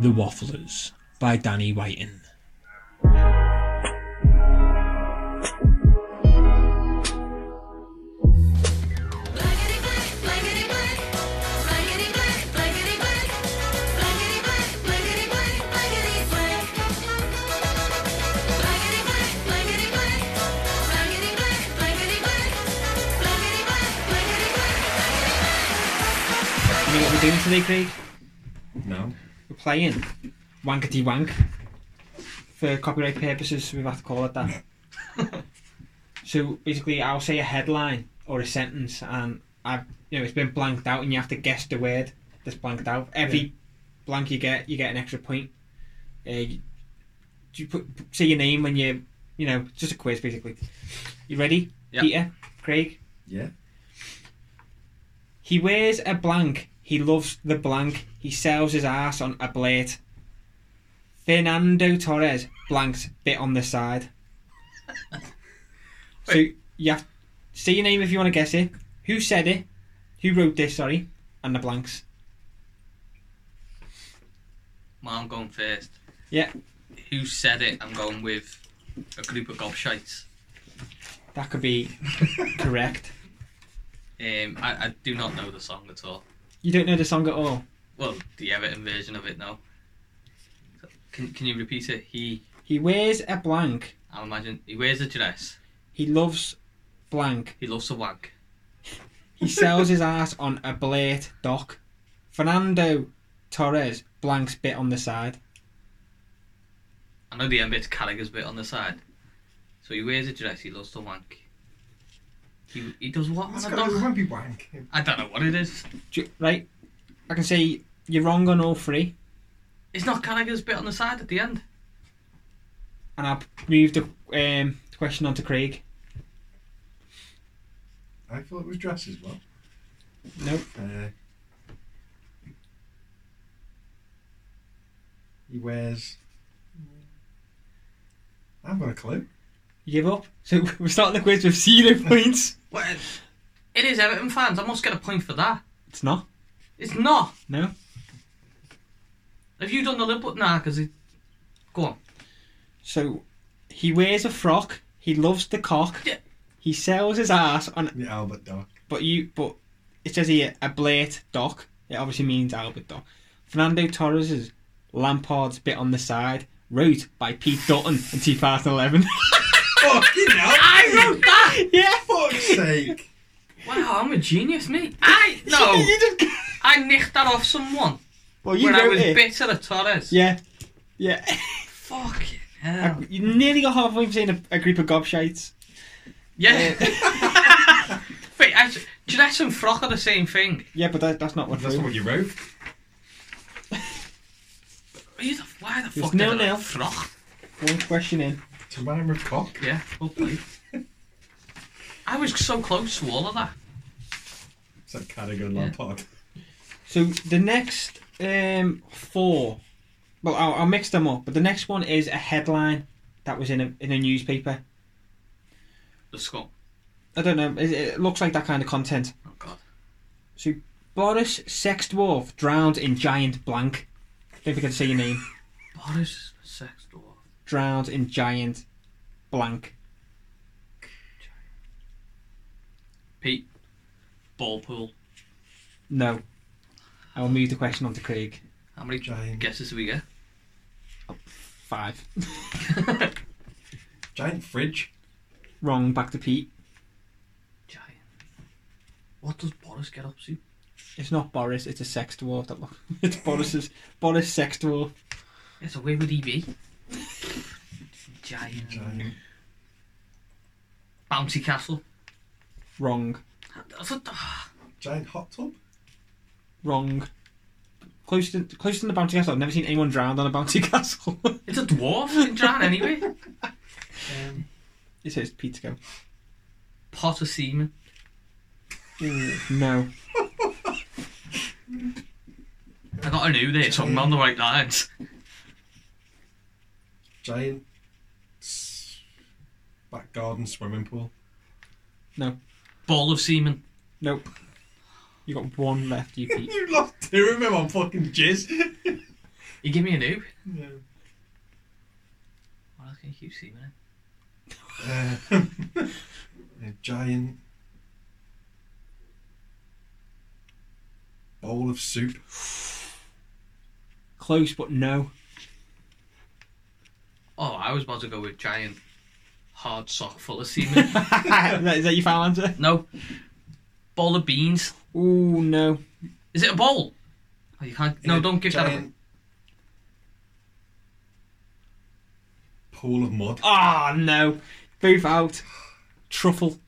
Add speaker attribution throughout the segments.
Speaker 1: The Wafflers by Danny Whiten.
Speaker 2: Blankety blank, blankety blank, blankety blank, blankety blank, blankety blank, blankety blank, blankety blank. Blankety blank, blankety blank, blankety blank, blankety blank, blankety blank, blankety blank.
Speaker 1: You know what we're doing today, Craig?
Speaker 3: No.
Speaker 1: We're playing Wankety Wank. For copyright purposes, we've had to call it that. so basically, I'll say a headline or a sentence, and I've you know it's been blanked out, and you have to guess the word that's blanked out. Every blank you get, you get an extra point. Uh, you, do you put say your name when you you know it's just a quiz basically. You ready,
Speaker 4: Yeah.
Speaker 1: Peter? Craig?
Speaker 3: Yeah.
Speaker 1: He wears a blank. He loves the blank. He sells his ass on a plate. Fernando Torres blanked bit on the side. so you have say your name if you want to guess it. Who said it? Who wrote this? Sorry, and the blanks.
Speaker 4: Well, I'm going first.
Speaker 1: Yeah.
Speaker 4: Who said it? I'm going with a group of gobshites.
Speaker 1: That could be correct.
Speaker 4: Um, I, I do not know the song at all.
Speaker 1: You don't know the song at all.
Speaker 4: Well, the Everton version of it, no. So, Can, can you repeat it? He,
Speaker 1: He wears a blank.
Speaker 4: I'll imagine, he wears a dress.
Speaker 1: He loves blank.
Speaker 4: He loves a wank.
Speaker 1: He sells his ass on a blade dock. Fernando Torres blanks bit on the side.
Speaker 4: I know the end bit's Carragher's bit on the side. So he wears a dress, he loves to wank. He, he does what?
Speaker 3: That's
Speaker 4: on a
Speaker 3: gotta- it
Speaker 4: dock?
Speaker 3: won't be wank.
Speaker 4: I don't know what it is.
Speaker 1: Do you- right? I can say you're wrong on all three,
Speaker 4: It's not Carragher's bit on the side at the end.
Speaker 1: and I'll move the um, question on to Craig.
Speaker 3: I thought it was dress as well.
Speaker 1: Nope.
Speaker 3: Uh, he wears. I've got a clue.
Speaker 1: You give up? So we're starting the quiz with zero points.
Speaker 4: Well, it is Everton fans. I must get a point for that.
Speaker 1: It's not.
Speaker 4: It's not.
Speaker 1: No.
Speaker 4: Have you done the lip? Nah, because it. Go on.
Speaker 1: So he wears a frock. He loves the cock.
Speaker 4: Yeah.
Speaker 1: He sells his ass on,
Speaker 3: The Albert Dock.
Speaker 1: but you, but it says here a blade dock. It obviously means Albert Dock. Fernando Torres's Lampard's bit on the side, wrote by Pete Dutton in 2011.
Speaker 3: Fucking hell! I wrote that!
Speaker 1: yeah.
Speaker 3: Fuck's sake!
Speaker 4: Wow, I'm a genius, mate. I no,
Speaker 1: you just.
Speaker 4: I nicked that off someone
Speaker 1: Well, Oh, you
Speaker 4: when
Speaker 1: wrote
Speaker 4: I was
Speaker 1: it.
Speaker 4: bitter at Torres.
Speaker 1: Yeah. Yeah.
Speaker 4: Fucking hell.
Speaker 1: You nearly got halfway from saying a, a group of gobshites.
Speaker 4: Yeah. Wait, actually, dress and frock are the same thing.
Speaker 1: Yeah, but that, that's not what
Speaker 3: That's
Speaker 1: we
Speaker 3: not what you wrote.
Speaker 4: Who the- Why the fuck
Speaker 1: nil
Speaker 4: did I
Speaker 1: nil.
Speaker 4: write frock?
Speaker 1: One question in.
Speaker 3: To rhyme with cock.
Speaker 4: Yeah, well played. I was so close to all of that.
Speaker 3: It's like Carragher Lampard.
Speaker 1: So the next um, four, well, I'll, I'll mix them up, but the next one is a headline that was in a, in a newspaper.
Speaker 4: The skull.
Speaker 1: I don't know, it, it looks like that kind of content.
Speaker 4: Oh god.
Speaker 1: So Boris Sex Dwarf drowned in giant blank. Don't forget to say your name.
Speaker 4: Boris sex dwarf.
Speaker 1: Drowned in giant blank.
Speaker 4: Pete. Ball pool.
Speaker 1: No. I will move the question on to Craig.
Speaker 4: How many
Speaker 3: Giant.
Speaker 4: guesses do we get?
Speaker 1: Five.
Speaker 3: Giant fridge.
Speaker 1: Wrong, back to Pete.
Speaker 4: Giant. What does Boris get up to?
Speaker 1: It's not Boris, it's a sex dwarf. That look. It's Boris's Boris sex dwarf.
Speaker 4: Yeah, so where would he be? E Giant.
Speaker 3: Giant.
Speaker 4: Bouncy castle.
Speaker 1: Wrong.
Speaker 4: That's what the-
Speaker 3: Giant hot tub.
Speaker 1: Wrong. Close to close to the bouncy castle. I've never seen anyone drowned on a bouncy castle.
Speaker 4: It's a dwarf in Jan anyway.
Speaker 3: Um,
Speaker 1: it says Pete's go.
Speaker 4: Pot of semen.
Speaker 1: No.
Speaker 4: I got a new there, so I'm on the right lines.
Speaker 3: giant. s- Back garden swimming pool.
Speaker 4: Ball of semen.
Speaker 1: Nope. You got one left, you Pete.
Speaker 3: You lost two of them on fucking jizz.
Speaker 4: You give me an noob.
Speaker 3: Yeah.
Speaker 4: What else can you keep seeming it?
Speaker 3: Uh, a giant bowl of soup.
Speaker 1: Close, but no.
Speaker 4: Oh, I was about to go with giant hard sock full of semen.
Speaker 1: is that your final answer?
Speaker 4: no. Bowl of beans.
Speaker 1: Ooh, no.
Speaker 4: Is it a bowl? Oh, you can't. No,
Speaker 3: In a
Speaker 4: don't give that away.
Speaker 3: giant Pool of mud.
Speaker 4: Oh.
Speaker 1: Ah, no. Booth out. Truffle.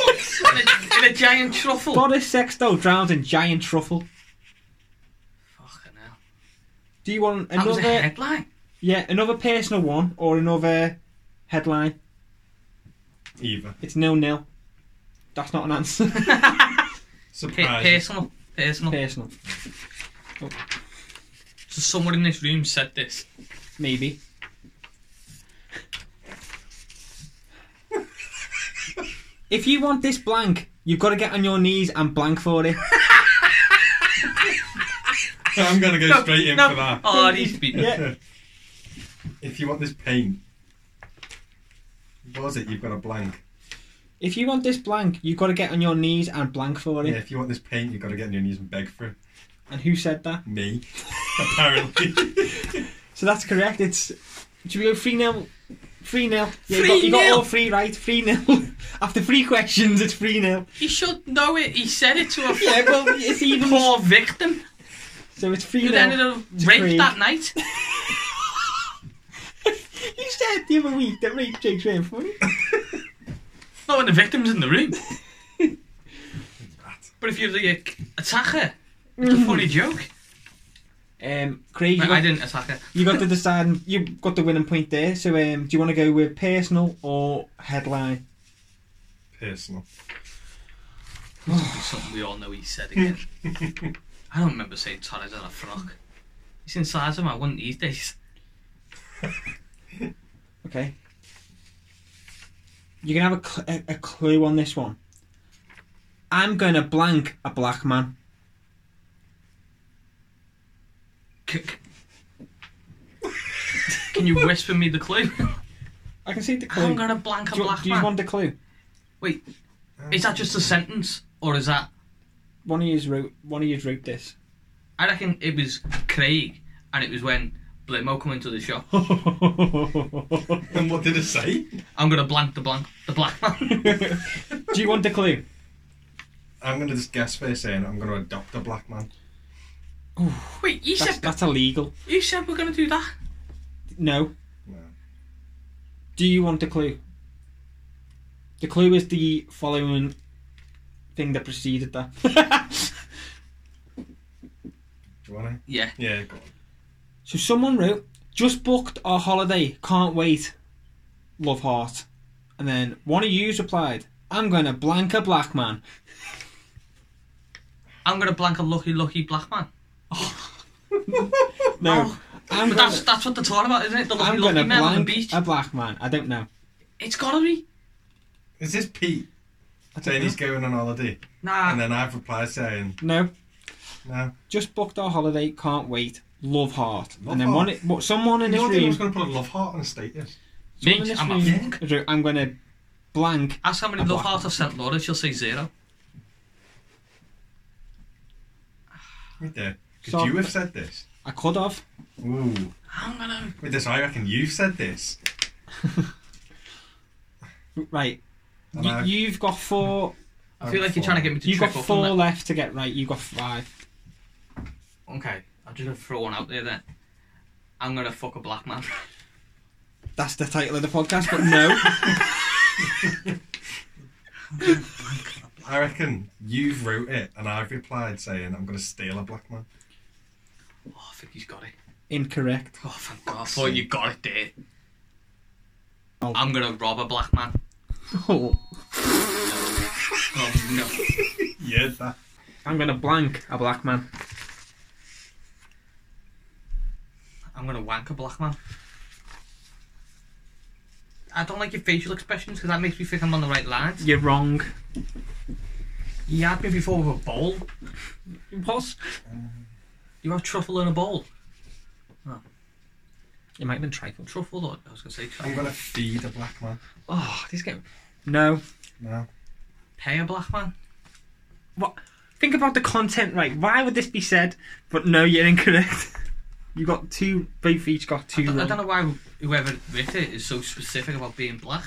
Speaker 4: In a, in a giant truffle.
Speaker 1: Boris Sexto drowns in giant truffle.
Speaker 4: Fucking hell.
Speaker 1: Do you want
Speaker 4: That was a
Speaker 1: another?
Speaker 4: headline.
Speaker 1: Yeah, another personal one or another headline.
Speaker 3: Either.
Speaker 1: It's nil nil. That's not an answer.
Speaker 4: Pa-
Speaker 3: Surprise.
Speaker 4: personal. Personal.
Speaker 1: personal,
Speaker 4: So someone in this room said this.
Speaker 1: maybe. if you want this blank, you've got to get on your knees and blank for it.
Speaker 3: I'm gonna go straight in
Speaker 4: no.
Speaker 3: for that.
Speaker 4: Oh, he's beaten.
Speaker 1: Yeah.
Speaker 3: if you want this paint, what was it? You've got a blank.
Speaker 1: If you want this blank, you've got to get on your knees and blank for it.
Speaker 3: Yeah, if you want this paint, you've got to get on your knees and beg for it.
Speaker 1: And who said that?
Speaker 3: Me, apparently.
Speaker 1: So that's correct. It's should we go three nil? Three nil. Yeah, you got, you got
Speaker 4: 3-0.
Speaker 1: all three right. Three nil. After three questions, it's three nil.
Speaker 4: He should know it. He said it to a
Speaker 1: Yeah, well, it's even.
Speaker 4: poor victim
Speaker 1: So it's three
Speaker 4: who ended
Speaker 1: nil.
Speaker 4: up raped
Speaker 1: Craig.
Speaker 4: that night.
Speaker 1: You said the other week that rape jokes were funny.
Speaker 4: No, when the victim's in the room.
Speaker 3: Rat.
Speaker 4: But if you're the uh, attacker, it's a funny joke.
Speaker 1: Um, Craig, you
Speaker 4: I, I
Speaker 1: got,
Speaker 4: didn't attack her.
Speaker 1: you got to decide. You got the winning point there. So um, do you want to go with personal or headline?
Speaker 3: Personal.
Speaker 4: It's something we all know he said again. I don't remember saying Torres had a frock. He's inside him, I wouldn't these days.
Speaker 1: Okay. You can have a, cl- a, a clue on this one. I'm gonna blank a black man.
Speaker 4: C- c- Can you whisper me the clue?
Speaker 1: I can see the clue.
Speaker 4: I'm gonna blank a
Speaker 1: do you,
Speaker 4: black
Speaker 1: do you
Speaker 4: man.
Speaker 1: want the clue?
Speaker 4: Wait, is that just a sentence? Or is that.
Speaker 1: One of you wrote. One of you wrote this.
Speaker 4: I reckon it was Craig, and it was when Blimo come into the shop.
Speaker 1: Do
Speaker 3: And what did it say?
Speaker 4: I'm gonna blank the blank the black man.
Speaker 1: you want the clue?
Speaker 3: I'm gonna just guess first saying I'm gonna adopt a black man.
Speaker 4: Wait, you
Speaker 1: That's,
Speaker 4: said
Speaker 1: that's illegal.
Speaker 4: you said we're gonna do that.
Speaker 1: No.
Speaker 3: No.
Speaker 1: Do you want the clue? The clue is the following thing that preceded that.
Speaker 3: Do you wanna?
Speaker 4: Yeah.
Speaker 3: Yeah, go on.
Speaker 1: so someone wrote, "Just booked our holiday. Can't wait. Love heart." And then one of yous replied, "I'm gonna blank a black man."
Speaker 4: I'm gonna blank a lucky lucky black man.
Speaker 1: No.
Speaker 4: Oh,
Speaker 1: I'm gonna,
Speaker 4: but that's that's what they're talking about, isn't it? The lucky
Speaker 1: I'm
Speaker 4: lucky
Speaker 1: gonna
Speaker 4: men on the
Speaker 1: blank
Speaker 4: beach.
Speaker 1: a black man. I don't know.
Speaker 4: it's gotta be.
Speaker 3: Is this Pete
Speaker 1: I don't
Speaker 3: saying
Speaker 1: know.
Speaker 3: he's going on holiday?
Speaker 4: Nah.
Speaker 3: And then I've replied saying,
Speaker 1: No.
Speaker 3: no.
Speaker 1: just booked our holiday, can't wait. Love heart.
Speaker 3: Love
Speaker 1: and then one,
Speaker 3: heart.
Speaker 1: what- someone in this
Speaker 3: You know, I was
Speaker 1: room,
Speaker 3: gonna put a love heart on a status.
Speaker 1: someone in
Speaker 4: Mate,
Speaker 1: this
Speaker 4: I'm a
Speaker 1: room wrote, I'm going to blank.
Speaker 4: Ask how many
Speaker 1: A
Speaker 4: love
Speaker 1: black
Speaker 4: hearts I've sent Laura, she'll say zero.
Speaker 3: Right there. Could
Speaker 1: So-
Speaker 3: you have said this?
Speaker 1: I could have.
Speaker 3: Ooh.
Speaker 4: I'm gonna
Speaker 3: With this, I reckon you've said this.
Speaker 1: Right.
Speaker 3: And
Speaker 1: You,
Speaker 3: I-
Speaker 1: you've got four.
Speaker 4: I feel like you're trying to get me to
Speaker 1: You've got
Speaker 4: trip up
Speaker 1: four
Speaker 4: on that.
Speaker 1: left to get right. You've got five.
Speaker 4: Okay, I'm just gonna throw one out there then. I'm gonna fuck a black man.
Speaker 1: That's the title of the podcast, but no.
Speaker 3: I reckon you've wrote it, and I've replied saying I'm gonna steal a black man.
Speaker 4: Oh, I think he's got it.
Speaker 1: Incorrect.
Speaker 4: Oh, thank God. I thought you got it there.
Speaker 1: Oh.
Speaker 4: I'm gonna rob a black man.
Speaker 1: Oh,
Speaker 4: Oh, no.
Speaker 3: Yeah, that.
Speaker 1: I'm going to blank a black man.
Speaker 4: I'm gonna wank a black man. I don't like your facial expressions because that makes me think I'm on the right lines.
Speaker 1: You're wrong.
Speaker 4: You had me before with a bowl.
Speaker 1: What?
Speaker 4: You have truffle in a bowl.
Speaker 1: It might have been trifle.
Speaker 4: Truffle, or I was going to say
Speaker 3: I'm
Speaker 4: trifle.
Speaker 3: gonna feed a black man.
Speaker 1: Oh, this game. No.
Speaker 3: No.
Speaker 4: Pay a black man.
Speaker 1: Think about the content, right? Why would this be said? But no, you're incorrect. You got two. Both each got
Speaker 4: I
Speaker 1: two.
Speaker 4: don't, I
Speaker 1: wrong.
Speaker 4: don't know why whoever wrote it is so specific about being black.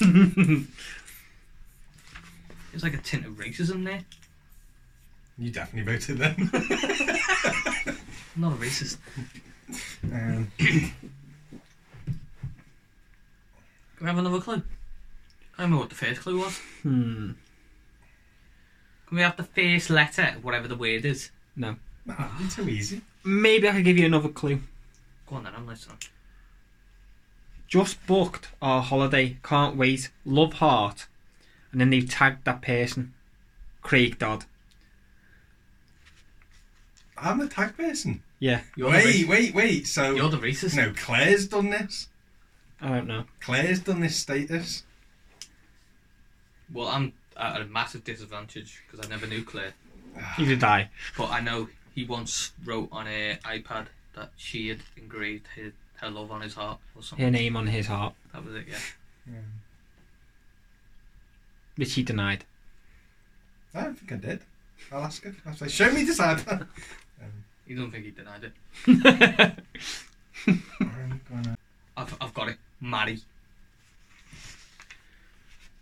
Speaker 4: There's like a tint of racism there.
Speaker 3: You definitely voted then.
Speaker 4: I'm not a racist.
Speaker 3: um,
Speaker 4: Can we have another clue? I remember what the first clue was.
Speaker 1: Hmm.
Speaker 4: Can we have the first letter, of whatever the word is?
Speaker 3: nah, you're too easy.
Speaker 1: Maybe I could give you another clue.
Speaker 4: Go on then, I'm listening.
Speaker 1: Just booked our holiday. Can't wait. Love heart. And then they've tagged that person, Craig Dodd.
Speaker 3: I'm the tag person.
Speaker 1: Yeah,
Speaker 4: You're the
Speaker 3: wait,
Speaker 4: racist.
Speaker 3: wait, wait. So
Speaker 4: You're the racist.
Speaker 3: no, Claire's done this.
Speaker 1: I don't know.
Speaker 3: Claire's done this status.
Speaker 4: Well, I'm at a massive disadvantage because I never knew Claire.
Speaker 1: You did die.
Speaker 4: But I know he once wrote on a iPad that she had engraved her, her love on his heart or something.
Speaker 1: Her name on his heart,
Speaker 4: That was it, yeah.
Speaker 1: which he denied.
Speaker 3: I don't think I did. I'll ask her. I'll say, show me this ad.
Speaker 4: You don't think he denied it?
Speaker 3: I'm gonna.
Speaker 4: I've, I've got it. Marry.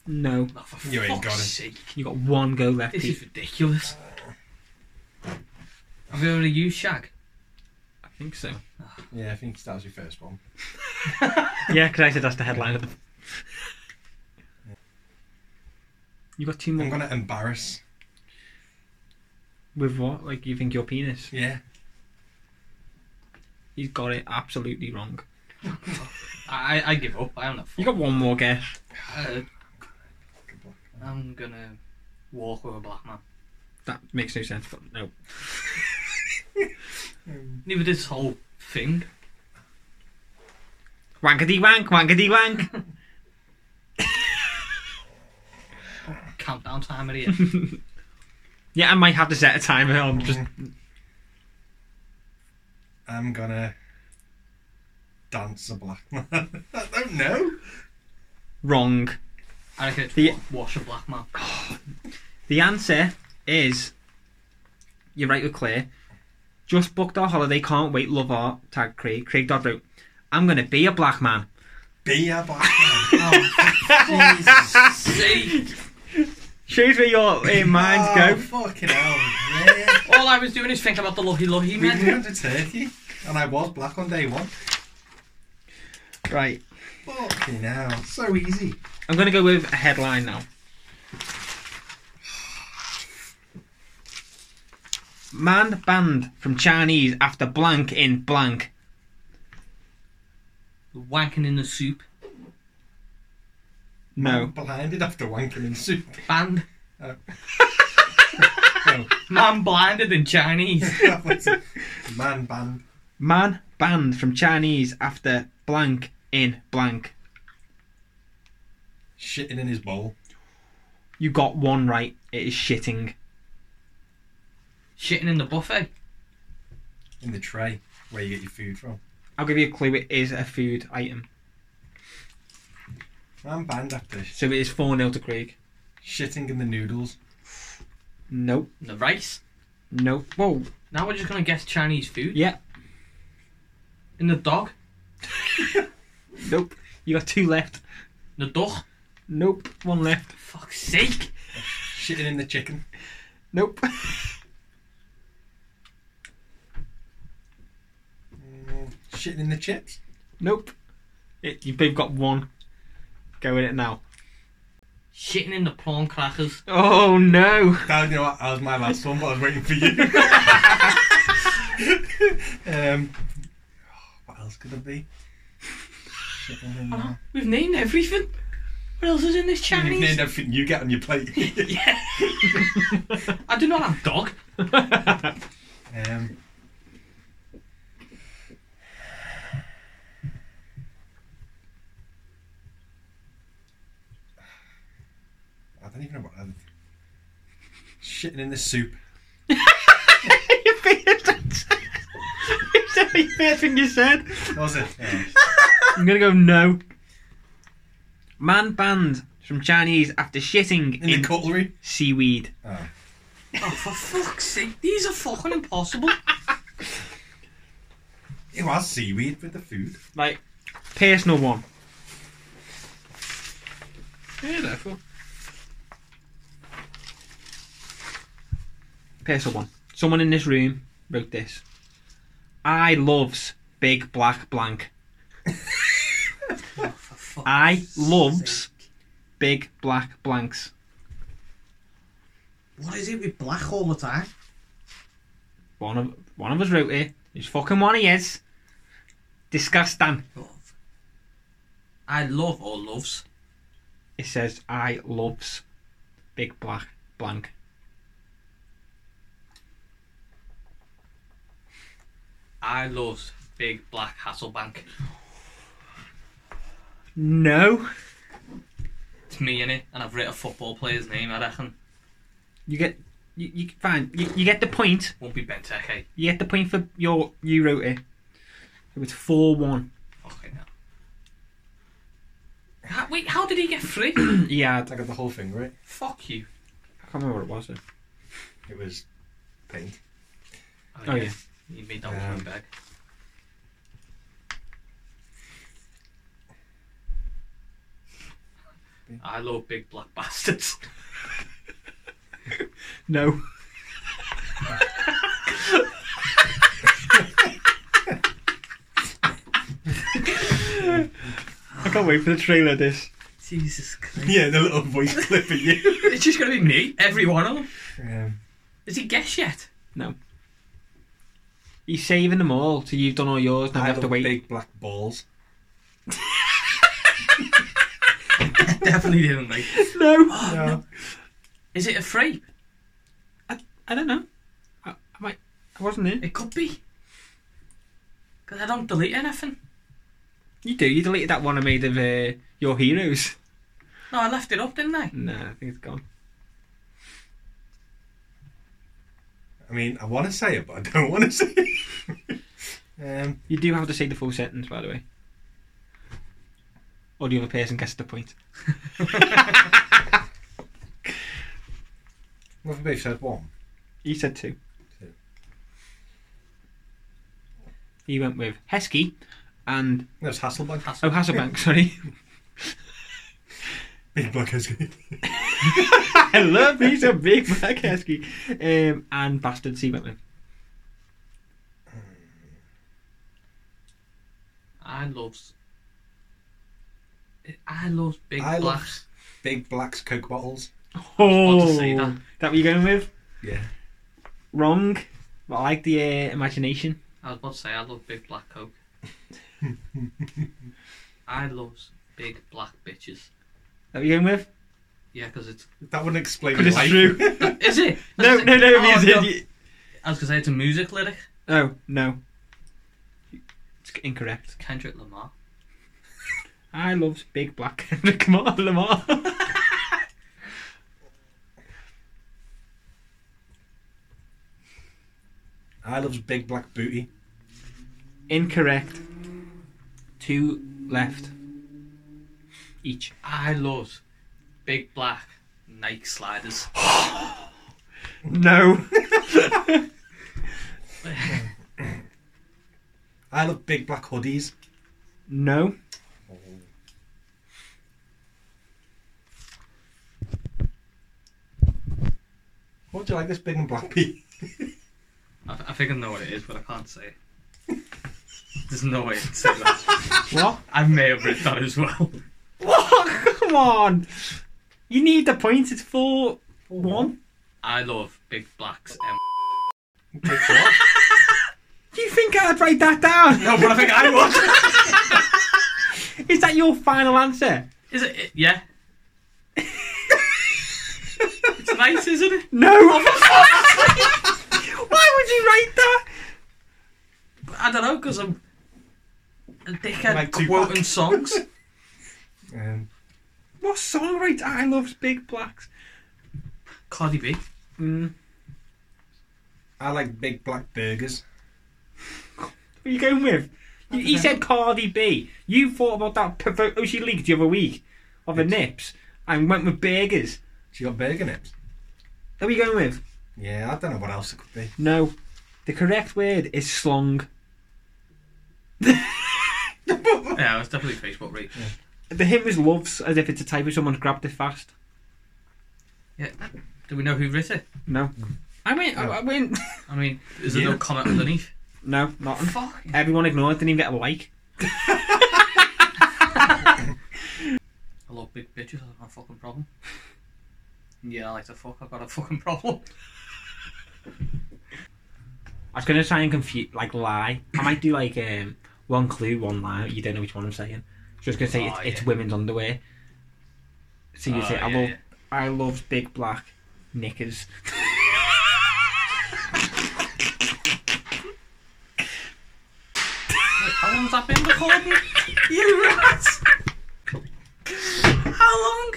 Speaker 1: no,
Speaker 4: Oh, for
Speaker 3: You ain't
Speaker 4: fuck's
Speaker 3: got it.
Speaker 4: sake.
Speaker 1: you got one go left.
Speaker 4: This
Speaker 1: Pete.
Speaker 4: is ridiculous. Have you ever used shag?
Speaker 1: I think so.
Speaker 3: Yeah, I think that was your first one.
Speaker 1: Yeah, because I said that's the headline of the. You got two more
Speaker 3: I'm gonna embarrass.
Speaker 1: with what? Like you think your penis?
Speaker 3: Yeah.
Speaker 1: He's got it absolutely wrong.
Speaker 4: I, I, I give up. I am not.
Speaker 1: You got one more guess.
Speaker 4: Uh,
Speaker 3: Good luck.
Speaker 4: I'm gonna walk with a black man.
Speaker 1: That makes no sense. But no,
Speaker 4: Neither this whole thing.
Speaker 1: wankety wank, wankety wank.
Speaker 4: Countdown timer here.
Speaker 1: yeah, I might have to set a timer. I'm just
Speaker 3: I'm gonna dance a black man. I don't know.
Speaker 1: wrong.
Speaker 4: I reckon it's
Speaker 1: The-
Speaker 4: wa- wash a black man.
Speaker 1: The answer is you're right with Claire. Just booked our holiday, can't wait, love art, tag Craig. Craig Dodd wrote, I'm gonna be a black man.
Speaker 3: Be a black man.
Speaker 4: Oh,
Speaker 3: Jesus.
Speaker 4: see?
Speaker 1: Shows where your uh, minds
Speaker 3: oh,
Speaker 1: go.
Speaker 3: Fucking hell. Yeah.
Speaker 4: All I was doing is thinking about the lucky lucky
Speaker 3: We
Speaker 4: man.
Speaker 3: went to Turkey, and I was black on day one.
Speaker 1: Right.
Speaker 3: Fucking hell. So easy.
Speaker 1: I'm gonna go with a headline now. Man banned from Chinese after blank in blank.
Speaker 4: Wanking in the soup.
Speaker 1: No.
Speaker 3: I'm blinded after wanking in soup.
Speaker 4: Banned.
Speaker 3: No,
Speaker 4: Man blinded in Chinese.
Speaker 3: that was a man band.
Speaker 1: Man banned from Chinese after blank in blank.
Speaker 3: Shitting in his bowl.
Speaker 1: You got one right. It is shitting.
Speaker 4: Shitting in the buffet.
Speaker 3: In the tray. Where you get your food from.
Speaker 1: I'll give you a clue. It is a food item.
Speaker 3: Man band after
Speaker 1: So it is 4 0 to Craig.
Speaker 3: shitting in the noodles.
Speaker 1: Nope.
Speaker 4: In the rice.
Speaker 1: Nope. Whoa.
Speaker 4: Now we're just gonna guess Chinese food.
Speaker 1: Yeah.
Speaker 4: In the dog.
Speaker 1: Nope. You got two left.
Speaker 4: In the duck.
Speaker 1: Nope. One left.
Speaker 4: Fuck's sake.
Speaker 3: Shitting in the chicken.
Speaker 1: Nope.
Speaker 3: Mm, shitting in the chips.
Speaker 1: nope. It, you've both got one. Go in it now.
Speaker 4: Shitting in the prawn crackers.
Speaker 1: Oh no.
Speaker 3: That, you know what? That was my last one, but I was waiting for you. um, oh, what else could it be? Shitting in there.
Speaker 4: We've named everything. What else is in this
Speaker 3: You've named
Speaker 4: Chinese?
Speaker 3: everything you get on your plate.
Speaker 4: I do not have dog.
Speaker 3: um, I don't even know what. I'm... Shitting in the soup.
Speaker 1: the first thing you said.
Speaker 3: Was it? Yeah.
Speaker 1: I'm gonna go no. Man banned from Chinese after shitting in,
Speaker 3: In the cutlery?
Speaker 1: seaweed.
Speaker 3: Oh.
Speaker 4: Oh, for fuck's sake, these are fucking impossible.
Speaker 3: It was seaweed with the food.
Speaker 1: Like personal one.
Speaker 4: yeah, therefore.
Speaker 1: Personal one. Someone in this room wrote this. I loves big black blank.
Speaker 4: For fuck's
Speaker 1: I
Speaker 4: sake.
Speaker 1: loves big black blanks.
Speaker 4: What is it with black all the time?
Speaker 1: One of one of us wrote it. It's fucking one he is. Disgusting.
Speaker 4: Love. I love or loves.
Speaker 1: It says I loves big black blank.
Speaker 4: I loves big black Hasselbank.
Speaker 1: No.
Speaker 4: It's me in it, and I've written a football player's name. I reckon
Speaker 1: You get you, you fine. You, you get the point.
Speaker 4: won't be Benteke.
Speaker 1: You get the point for your you wrote it. It was four one.
Speaker 4: Fucking hell. How, wait, how did he get free?
Speaker 1: yeah, I d-
Speaker 3: I got the whole thing right.
Speaker 4: Fuck you.
Speaker 1: I can't remember what it was. though.
Speaker 3: It was paint.
Speaker 1: Oh yeah,
Speaker 4: He made that one
Speaker 3: Um,
Speaker 4: one back. I love big black bastards.
Speaker 1: no. I can't wait for the trailer. of This
Speaker 4: Jesus Christ.
Speaker 3: Yeah, the little voice clip of you.
Speaker 4: It's just gonna be me, every one of them.
Speaker 3: Um,
Speaker 4: Is he guess yet?
Speaker 1: he's saving them all till you've done all yours. Now you
Speaker 3: I
Speaker 1: have to
Speaker 3: love
Speaker 1: wait.
Speaker 3: big black balls.
Speaker 4: Definitely didn't like.
Speaker 1: No,
Speaker 3: No.
Speaker 4: Is it a free?
Speaker 1: I don't know. I, I might. I wasn't there.
Speaker 4: It could be. Cause I don't delete anything.
Speaker 1: You do. You deleted that one I made of uh, your heroes.
Speaker 4: No, I left it up, didn't I?
Speaker 1: No, I think it's gone.
Speaker 3: I mean, I want to say it, but I don't want to say it. um,
Speaker 1: You do have to say the full sentence, by the way. Or the other person gets the point.
Speaker 3: nothing both said one.
Speaker 1: You said two.
Speaker 3: Two.
Speaker 1: He went with Heskey and
Speaker 3: No, it's Hasselbank.
Speaker 1: oh Hasselbank, sorry.
Speaker 3: Big black Heskey.
Speaker 1: I love these are big black Heskey. Um, and bastards he went with.
Speaker 4: I loves. I loves big
Speaker 3: I
Speaker 4: black.
Speaker 3: loves- Big black's Coke bottles.
Speaker 1: Oh.
Speaker 4: I'll just say that.
Speaker 1: that what you're going with?
Speaker 3: Yeah.
Speaker 1: Wrong. But I like the uh, imagination.
Speaker 4: I was about to say I love big black coke. I loves big black bitches.
Speaker 1: That what you're going with?
Speaker 4: Yeah, because it's.
Speaker 3: That wouldn't explain
Speaker 1: But it's
Speaker 3: life.
Speaker 1: true.
Speaker 4: Is it?
Speaker 1: no, no, no, you
Speaker 4: Oh,
Speaker 1: did. you-
Speaker 4: I was gonna say it's a music lyric.
Speaker 1: Oh no. It's incorrect.
Speaker 4: Kendrick Lamar.
Speaker 1: I loves big black Kendrick Lamar. Lamar.
Speaker 3: I loves big black booty.
Speaker 1: Incorrect. Two left. Each.
Speaker 4: I loves big black Nike sliders.
Speaker 1: No.
Speaker 3: I love big black hoodies.
Speaker 1: no.
Speaker 3: What do you like this big and black pea?
Speaker 4: I, I think I know what it is, but I can't say. it. There's no way to say that.
Speaker 1: What?
Speaker 4: I may have written that as well.
Speaker 1: What? Come on. You need the points. It's four one.
Speaker 4: I love big blacks. Um,
Speaker 3: Big what?
Speaker 1: Do you think I'd write that down?
Speaker 4: no, but I think I was.
Speaker 1: Is that your final answer?
Speaker 4: Is it? it- Yeah. it's nice, isn't it?
Speaker 1: No. Why would you write that?
Speaker 4: I don't know because I'm a dickhead
Speaker 3: Like Tupac.
Speaker 4: quoting songs.
Speaker 3: um,
Speaker 1: What song writes I loves big blacks?
Speaker 4: Cardi B.
Speaker 1: Mm.
Speaker 3: I like big black burgers.
Speaker 1: are you going with? You, he
Speaker 3: Okay.
Speaker 1: said Cardi B. You thought about that provocosy leak the other week of the
Speaker 3: Yes.
Speaker 1: nips and went with burgers.
Speaker 3: She got burger nips.
Speaker 1: Who Are we going with?
Speaker 3: Yeah, I don't know what else it could be.
Speaker 1: No. The correct word is slung.
Speaker 4: Yeah, it's definitely Facebook rape.
Speaker 1: The hymn is loves as if it's a type of someone grabbed it fast.
Speaker 4: Yeah. Do we know who wrote it?
Speaker 1: No. I went. I, I went.
Speaker 4: I mean, is there
Speaker 3: Yeah.
Speaker 4: no comment underneath?
Speaker 1: no, nothing.
Speaker 4: Fuck.
Speaker 1: Everyone ignored. Didn't even get a like.
Speaker 4: I love big bitches. That's my fucking problem. Yeah, I like to fuck. I've got a fucking problem.
Speaker 1: I was gonna try and confuse, like lie. I might do like um, one clue, one lie. You don't know which one I'm saying. So I was gonna say it's,
Speaker 4: Oh,
Speaker 1: it's
Speaker 4: yeah.
Speaker 1: women's underwear. So you
Speaker 4: Oh,
Speaker 1: say I
Speaker 4: yeah,
Speaker 1: love
Speaker 4: yeah.
Speaker 1: I love big black knickers.
Speaker 4: Wait, how long's that been recording?
Speaker 1: you rat!
Speaker 4: How long?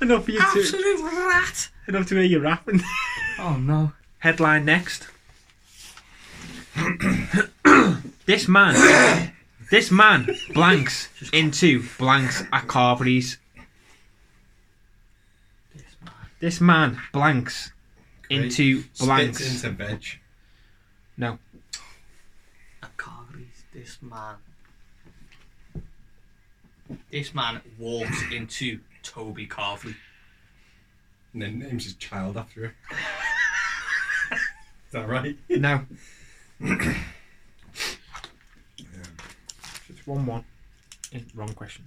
Speaker 1: enough for you to
Speaker 4: Absolute rat.
Speaker 1: enough to hear you rapping.
Speaker 4: Oh no.
Speaker 1: Headline next. this man, this man blanks into blanks at Carberry's.
Speaker 4: This man.
Speaker 1: This man blanks into blanks.
Speaker 3: Spits into veg.
Speaker 4: at Cardi's. This man. This man walks into Toby Carvey.
Speaker 3: And then names his child after her. Is that right?
Speaker 1: No. it's one one. Wrong question.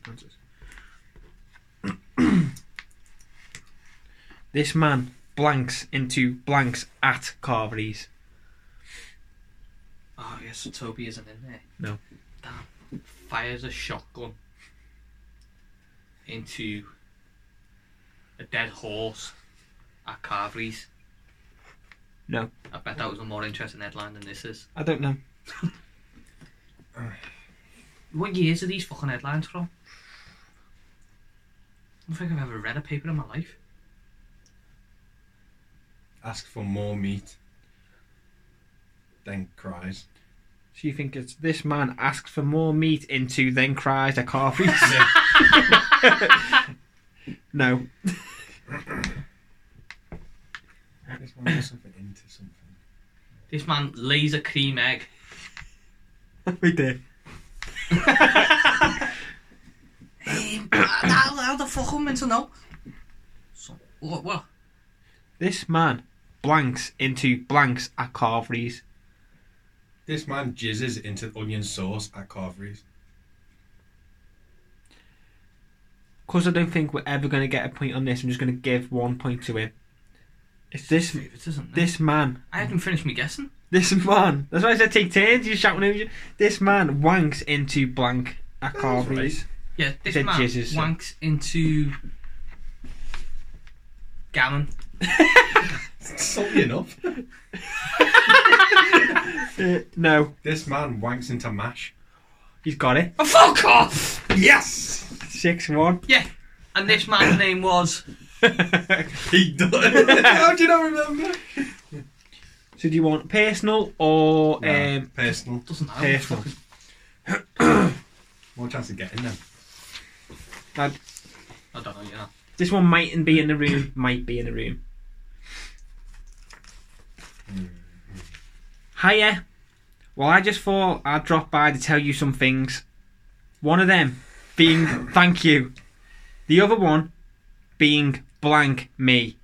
Speaker 1: Answers. this man blanks into blanks at Carvery's.
Speaker 4: Oh yes, so Toby isn't in there.
Speaker 1: No.
Speaker 4: Damn. Fires a shotgun into a dead horse at Carvery's.
Speaker 1: No.
Speaker 4: I bet that was a more interesting headline than this is.
Speaker 1: I don't know.
Speaker 4: What years are these fucking headlines from? I don't think I've ever read a paper in my life.
Speaker 3: Ask for more meat. Then cries.
Speaker 1: So you think it's this man asks for more meat into then cries at Carvery's?
Speaker 3: Yeah.
Speaker 1: no.
Speaker 3: This one was something into something.
Speaker 4: This man lays a cream egg
Speaker 1: we did.
Speaker 4: Um, how, how the fuck am I meant to know? So, what, what?
Speaker 1: This man blanks into blanks at Carvery's.
Speaker 3: This man jizzes into onion sauce at Carvery's.
Speaker 1: because I don't think we're ever going to get a point on this, I'm just going to give one point to him. It's this
Speaker 4: Favourites, isn't it?
Speaker 1: this man,
Speaker 4: I haven't finished me guessing.
Speaker 1: this man. That's why I said take turns. You shouting over. This man wanks into blank at Carvery's.
Speaker 4: Yeah, this
Speaker 1: Said
Speaker 4: man
Speaker 1: jizzes, so-
Speaker 4: wanks into gammon.
Speaker 3: Salty enough.
Speaker 1: Uh, no,
Speaker 3: This man wanks into mash.
Speaker 1: he's got it.
Speaker 4: Oh, fuck off!
Speaker 3: Yes!
Speaker 1: Six one.
Speaker 4: Yeah, and this man's name was
Speaker 1: so
Speaker 3: He does. How do you not remember?
Speaker 1: do you want personal or
Speaker 3: Nah,
Speaker 1: um,
Speaker 3: personal.
Speaker 4: doesn't know.
Speaker 1: personal?
Speaker 3: More chance of getting them.
Speaker 1: Now,
Speaker 4: I don't know. Yeah,
Speaker 1: this one mightn't be in the room. Might be in the room. Hiya. Well, I just thought I'd drop by to tell you some things. One of them being thank you. The other one being blank me.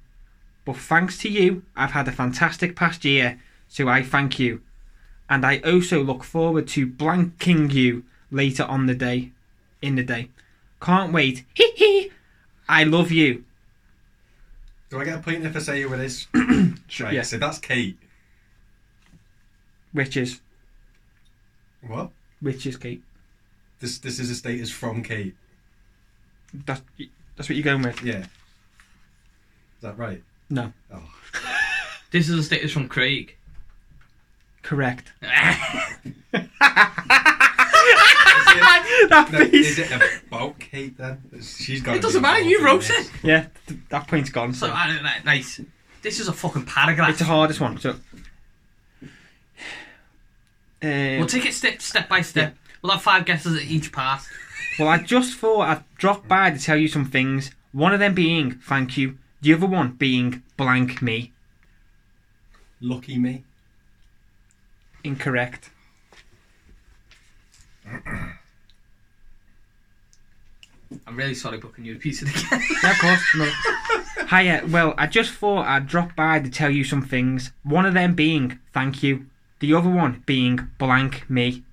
Speaker 1: But thanks to you, I've had a fantastic past year, so I thank you. And I also look forward to blanking you later on the day. In the day. Can't wait. Hee hee. I love you.
Speaker 3: Do I get a point if I say who it is? right,
Speaker 1: Yeah.
Speaker 3: so that's Kate.
Speaker 1: Which is,
Speaker 3: What?
Speaker 1: which is Kate.
Speaker 3: This this is a status from Kate.
Speaker 1: That's, that's what you're going with.
Speaker 3: Yeah. Is that right?
Speaker 1: No.
Speaker 3: Oh.
Speaker 4: this is a status from Craig.
Speaker 1: Correct.
Speaker 3: No,
Speaker 1: that
Speaker 3: is
Speaker 1: piece.
Speaker 3: it about Kate then? She's got.
Speaker 4: it doesn't matter. You wrote it.
Speaker 1: Yeah, th- that point's gone.
Speaker 4: So
Speaker 1: So
Speaker 4: I don't know, nice. This is a fucking paragraph.
Speaker 1: it's the hardest one. So Um,
Speaker 4: We'll take it step step by step. We'll have five guesses at each part.
Speaker 1: Well, I just thought I'd drop by to tell you some things. One of them being thank you, the other one being blank me.
Speaker 3: Lucky me.
Speaker 1: Incorrect.
Speaker 4: I'm really sorry, but can you repeat it again?
Speaker 1: Yeah, of course. No. Hiya. Well, I just thought I'd drop by to tell you some things. One of them being thank you, the other one being blank me.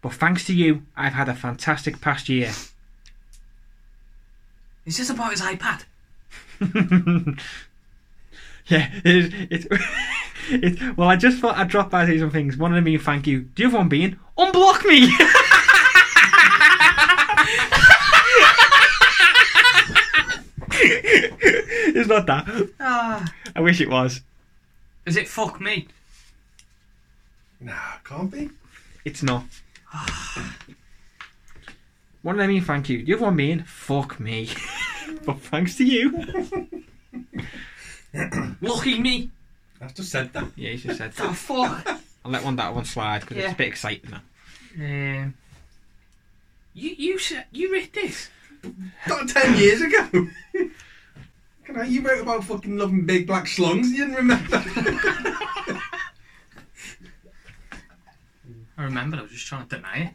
Speaker 1: But thanks to you, I've had a fantastic past year.
Speaker 4: It's just about his iPad.
Speaker 1: yeah, it's it's it, well. I just thought I'd drop by to say some things. One of them being thank you. The other one being unblock me. it's not that.
Speaker 4: Ah.
Speaker 1: I wish it was.
Speaker 4: Is it fuck me?
Speaker 3: Nah, can't be.
Speaker 1: It's not. one of them being thank you. The other one being fuck me. but thanks to you.
Speaker 4: Lucky me.
Speaker 3: I've just said that.
Speaker 1: Yeah, you should have said
Speaker 4: The fuck.
Speaker 1: I'll let one that one slide because it's
Speaker 4: Yeah.
Speaker 1: a bit exciting. Now.
Speaker 4: um, you you said you read this.
Speaker 3: Not ten years ago. Can I, you wrote about fucking loving big black slungs. You didn't remember.
Speaker 4: I remember. I was just trying to deny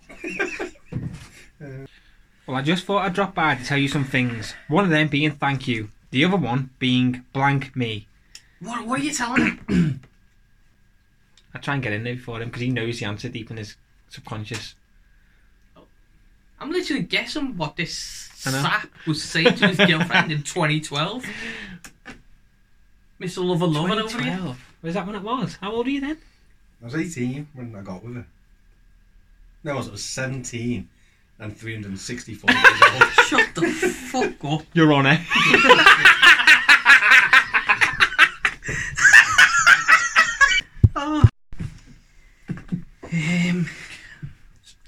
Speaker 4: it.
Speaker 1: Well, I just thought I'd drop by to tell you some things. One of them being thank you, the other one being blank me.
Speaker 4: What What are you telling me?
Speaker 1: I try and get in there before him because he knows the answer deep in his subconscious.
Speaker 4: I'm literally guessing what this
Speaker 1: I know.
Speaker 4: sap was saying to his girlfriend in 2012. Mr. Lover Lover over here.
Speaker 1: 2012. Was that when it was? How old are you then?
Speaker 3: I was 18 when I got with her. No, I was, I was 17 and 364 years old.
Speaker 4: Shut the fuck up.
Speaker 1: Your Honour.
Speaker 4: Um,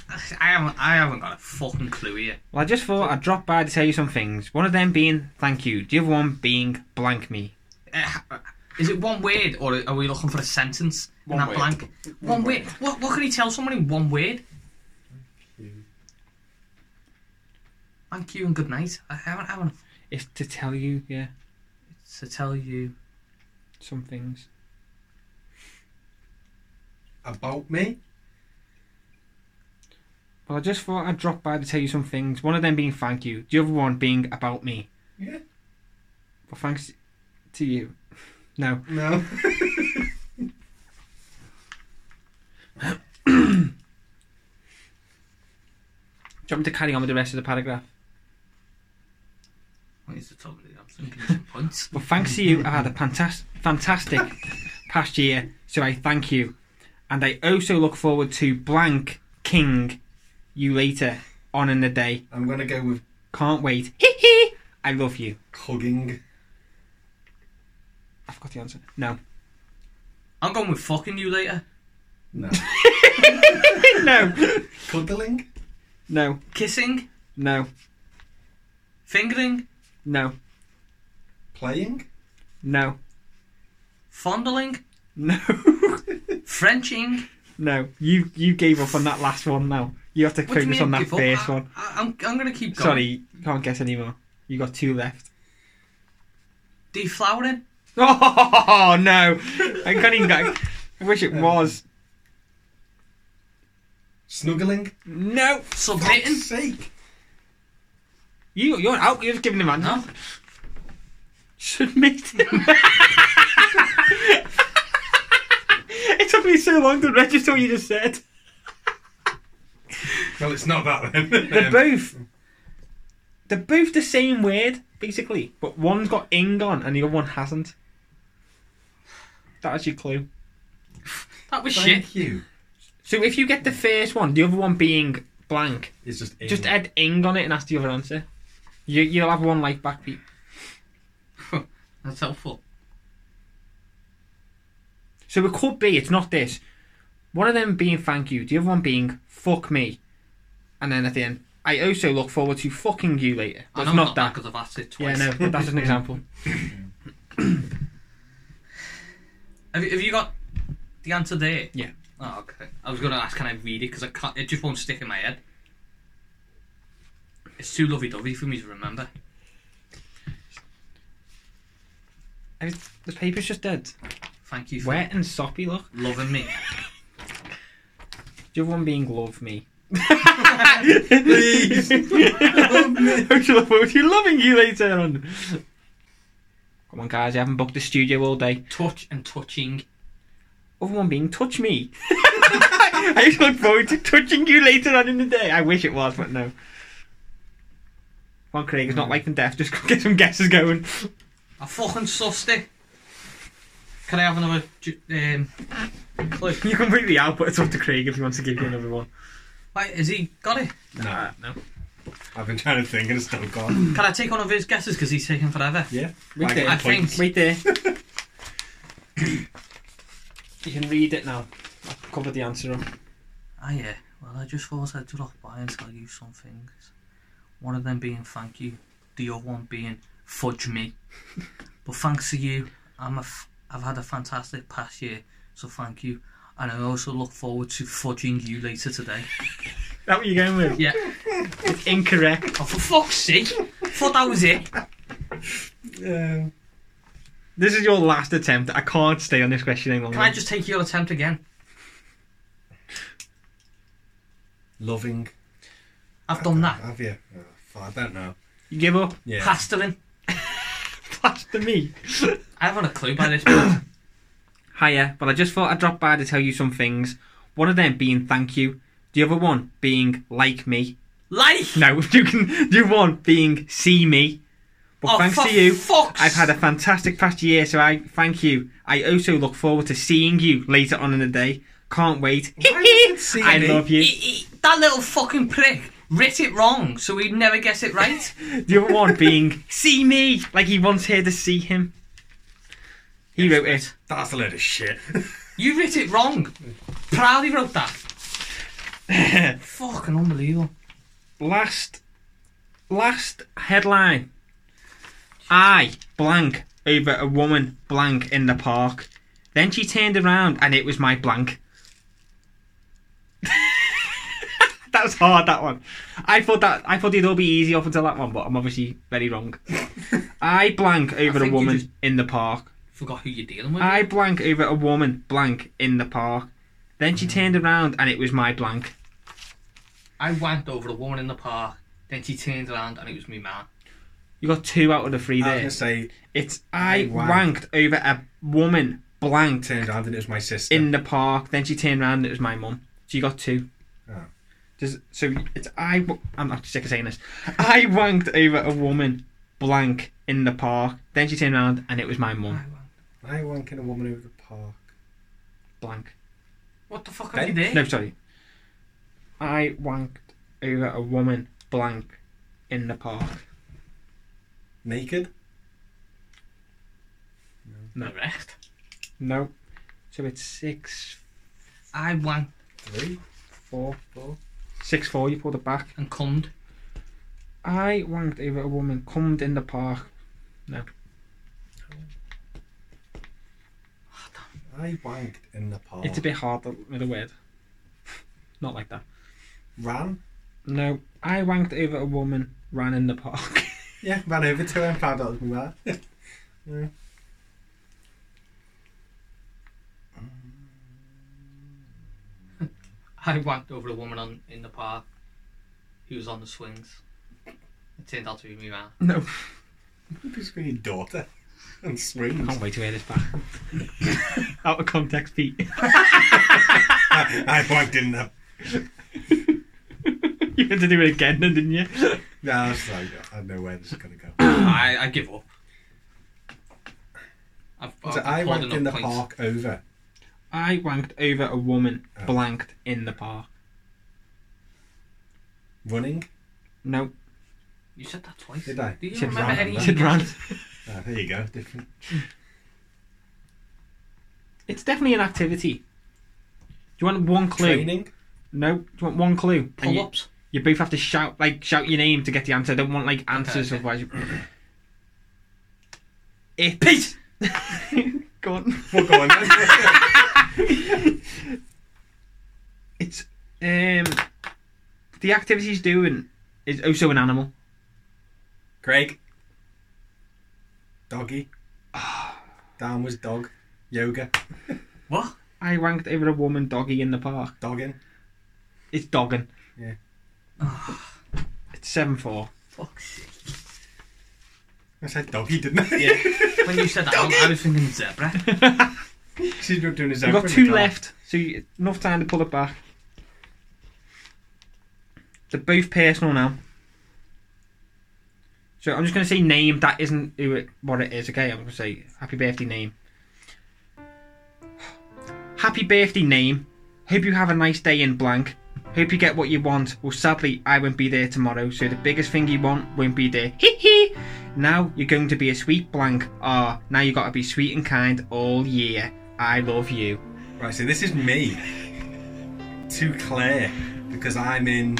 Speaker 4: I haven't, I haven't got a fucking clue here.
Speaker 1: Well, I just thought I'd drop by to tell you some things. One of them being thank you, the other one being blank me.
Speaker 4: Uh, is it one word or are we looking for a sentence? in
Speaker 3: One
Speaker 4: that
Speaker 3: word.
Speaker 4: blank. One,
Speaker 3: One
Speaker 4: word.
Speaker 3: word.
Speaker 4: What, what can he tell someone in one word? Thank you and good night. I haven't, I haven't.
Speaker 1: It's to tell you, yeah,
Speaker 4: To tell you,
Speaker 1: some things.
Speaker 3: About me?
Speaker 1: Well, I just thought I'd drop by to tell you some things. One of them being thank you, the other one being about me.
Speaker 3: Yeah.
Speaker 1: But thanks to you. No.
Speaker 3: No.
Speaker 1: Do you want me to carry on with the rest of the paragraph?
Speaker 4: what is the top of the I'm thinking some points.
Speaker 1: But thanks to you, I had a fantastic, fantastic past year, so I thank you. And I also look forward to blank king you later on in the day.
Speaker 3: I'm going to go with
Speaker 1: Can't wait. Hee hee. I love you.
Speaker 3: hugging.
Speaker 1: I've got the answer. No.
Speaker 4: I'm going with fucking you later.
Speaker 3: No.
Speaker 1: no.
Speaker 3: Cuddling?
Speaker 1: No.
Speaker 4: Kissing,
Speaker 1: No.
Speaker 4: fingering,
Speaker 1: No.
Speaker 3: Playing?
Speaker 1: No.
Speaker 4: fondling,
Speaker 1: No.
Speaker 4: Frenching.
Speaker 1: no. You you gave up on that last one now. You have to
Speaker 4: What do you
Speaker 1: focus
Speaker 4: mean
Speaker 1: on that
Speaker 4: give up?
Speaker 1: first
Speaker 4: I,
Speaker 1: one.
Speaker 4: I, I'm, I'm gonna keep going.
Speaker 1: Sorry, you can't guess anymore. You got two left.
Speaker 4: Deflowering.
Speaker 1: Oh no. I can't even go. I wish it was.
Speaker 3: Snuggling?
Speaker 1: No.
Speaker 4: Submitting.
Speaker 3: Fuck's sake.
Speaker 1: You you're out, you're just giving him an
Speaker 4: No.
Speaker 1: Submit him. it took me so long to register what you just said.
Speaker 3: Well, it's not that then.
Speaker 1: They're
Speaker 3: Um,
Speaker 1: both they're both the same word, basically. But one's got ing on and the other one hasn't. That's your clue.
Speaker 4: That was shit.
Speaker 3: Thank you.
Speaker 1: So if you get the first one, the other one being blank,
Speaker 3: It's just in.
Speaker 1: just add ing on it and that's the other answer. You you'll have one life back, Pete.
Speaker 4: That's helpful.
Speaker 1: So it could be, it's not this. One of them being thank you, the other one being fuck me. And then at the end, I also look forward to fucking you later. But
Speaker 4: I know
Speaker 1: it's not
Speaker 4: I'm
Speaker 1: that.
Speaker 4: because I've asked it
Speaker 1: Yeah,
Speaker 4: twice.
Speaker 1: no, but that's an example.
Speaker 4: Have you, have you got the answer there?
Speaker 1: Yeah.
Speaker 4: Oh, okay. I was going to ask, can I read it? Because I can't. It just won't stick in my head. It's too lovey-dovey for me to remember.
Speaker 1: The paper's just dead.
Speaker 4: Thank you for
Speaker 1: Wet and soppy, look.
Speaker 4: loving me.
Speaker 1: The other one being love me.
Speaker 3: Please. Love me.
Speaker 1: Don't you love won't you loving you later on? Come on, guys, I haven't booked the studio all day.
Speaker 4: Touch and touching.
Speaker 1: Other one being touch me. I used to look forward to touching you later on in the day. I wish it was, but no. Come on, Craig, it's not like them deaf. Just get some guesses going.
Speaker 4: I fucking sussed it. Can I have another ju- um, clue?
Speaker 1: You can completely out, but it's up to Craig if he wants to give you another one.
Speaker 4: Wait, has he got it?
Speaker 3: Nah,
Speaker 1: no.
Speaker 3: I've been trying to think and it's still gone.
Speaker 4: Can I take one of his guesses because he's taking forever?
Speaker 3: Yeah.
Speaker 1: We
Speaker 3: Mm. I
Speaker 1: did.
Speaker 3: get
Speaker 4: I
Speaker 3: points.
Speaker 4: think.
Speaker 1: Right there. you can read it now. I've covered the answer up.
Speaker 4: Ah, yeah. Well, I just thought I'd drop by and tell you some things. One of them being thank you, the other one being fudge me. but thanks to you, I'm a f- I've had a fantastic past year, so thank you. And I also look forward to fudging you later today.
Speaker 1: That what you're going with?
Speaker 4: Yeah.
Speaker 1: It's incorrect.
Speaker 4: Oh, for fuck's sake! thought that was it.
Speaker 3: Yeah.
Speaker 1: This is your last attempt. I can't stay on this question any longer.
Speaker 4: Can I just take your attempt again?
Speaker 3: Loving.
Speaker 4: I've done that.
Speaker 3: Have you? Oh, fuck, I don't know.
Speaker 1: You give up?
Speaker 3: Yeah.
Speaker 4: Pastoring.
Speaker 1: That's to me.
Speaker 4: I haven't a clue by this point.
Speaker 1: Hiya, but I just thought I'd drop by to tell you some things. One of them being thank you, the other one being like me.
Speaker 4: Life!
Speaker 1: No, you can do one being see me. But
Speaker 4: Oh,
Speaker 1: thanks
Speaker 4: for
Speaker 1: to you,
Speaker 4: fuck's-
Speaker 1: I've had a fantastic past year, so I thank you. I also look forward to seeing you later on in the day. Can't wait.
Speaker 3: did it see
Speaker 1: I
Speaker 3: me?
Speaker 1: love you.
Speaker 4: He- he- that little fucking prick writ it wrong, so he'd never guess it right.
Speaker 1: The other one being see me, like he wants her to see him. He wrote it.
Speaker 3: That's a load of shit.
Speaker 4: you writ it wrong. Proudly wrote that. fucking unbelievable.
Speaker 1: last last headline i blank over a woman blank in the park then she turned around and it was my blank that was hard that one i thought that i thought it'd all be easy up until that one but i'm obviously very wrong i blank over a
Speaker 4: think you
Speaker 1: woman
Speaker 4: just-
Speaker 1: in the park
Speaker 4: Forgot who you're dealing with.
Speaker 1: i
Speaker 3: Mm-hmm.
Speaker 1: blank over a woman blank in the park then she turned
Speaker 3: Mm-hmm.
Speaker 1: around and it was my blank
Speaker 4: I went over a woman in the park, then she turned around and it was me man.
Speaker 1: you got two out of the three
Speaker 3: I was
Speaker 1: there
Speaker 3: gonna say oh,
Speaker 1: It's I
Speaker 3: I wanked.
Speaker 1: wanked over a woman blanked
Speaker 3: turned around and it was my sister.
Speaker 1: in the park. Then she turned around and it was my mum. So you got two.
Speaker 3: Oh.
Speaker 1: Does, so it's I. wa- I'm not sick of saying this. I wanked over a woman blank in the park. Then she turned around and it was my
Speaker 4: I
Speaker 1: mum
Speaker 4: went,
Speaker 3: I wanking a woman over the park.
Speaker 1: blank.
Speaker 4: What the fuck are
Speaker 3: Ben?
Speaker 4: you there?
Speaker 1: No, sorry. I wanked over a woman blank in the park.
Speaker 3: Naked?
Speaker 1: No.
Speaker 4: Correct.
Speaker 1: No. So it's six,
Speaker 4: I went
Speaker 3: Three?
Speaker 1: four,
Speaker 3: Four?
Speaker 1: six, four. You pulled it back.
Speaker 4: and cummed.
Speaker 1: I wanked over a woman cummed in the park.
Speaker 3: I wanked in the park.
Speaker 1: It's a bit hard that- with a word. Not like that.
Speaker 3: Ran?
Speaker 1: No, I wanked over a woman, ran in the park.
Speaker 3: Yeah, ran over to her and found out it was my man. yeah.
Speaker 4: I went over a woman on, in the park who was on the swings. It turned out to be me man.
Speaker 1: no.
Speaker 3: Between your daughter and swings.
Speaker 1: Can't wait to hear this back. Out of context, Pete.
Speaker 3: I wanked in the
Speaker 1: you had to do it again, then, didn't you?
Speaker 3: No, I was like, I know where this is gonna go.
Speaker 4: I, I give up. I've, I've
Speaker 3: So I
Speaker 4: pulled
Speaker 3: wanked
Speaker 4: enough
Speaker 3: in the
Speaker 4: points.
Speaker 3: park over.
Speaker 1: I wanked over a woman,
Speaker 3: Oh.
Speaker 1: blanked in the park.
Speaker 3: Running?
Speaker 1: No,
Speaker 4: You said that twice.
Speaker 3: Did I?
Speaker 4: Do you
Speaker 1: Said
Speaker 4: remember
Speaker 3: ran,
Speaker 4: any?
Speaker 3: Yeah.
Speaker 1: should ran.
Speaker 3: Ah, there you go, different.
Speaker 1: It's definitely an activity. Do you want one clue?
Speaker 3: Training?
Speaker 1: No, do you want one clue? And you-
Speaker 4: Pull-ups.
Speaker 1: You both have to shout like shout your name to get the answer. I don't want like answers
Speaker 4: okay.
Speaker 1: otherwise. You... it.
Speaker 4: Pete!
Speaker 1: Go on.
Speaker 3: Well, go on then.
Speaker 1: Um, the activity he's doing is also an animal.
Speaker 3: Craig. Doggy. Downwards dog. Yoga.
Speaker 4: What?
Speaker 1: I wanked over a woman doggy in the park.
Speaker 3: Dogging.
Speaker 1: It's dogging.
Speaker 3: Yeah.
Speaker 1: it's seven four.
Speaker 4: Fuck.
Speaker 3: I said doggy, didn't I?
Speaker 4: When you said that, I was thinking zebra.
Speaker 3: She's not doing his
Speaker 1: You've got two left, so you, enough time to pull it back. They're both personal now. So I'm just going to say name that isn't who it, what it is. Okay, I'm going to say happy birthday name. Happy birthday name. Hope you have a nice day in blank. Hope you get what you want. Well, sadly, I won't be there tomorrow, so the biggest thing you want won't be there. Hee hee. Now you're going to be a sweet blank. Ah, now you got to be sweet and kind all year. I love you.
Speaker 3: Right, so this is me to Claire because I'm in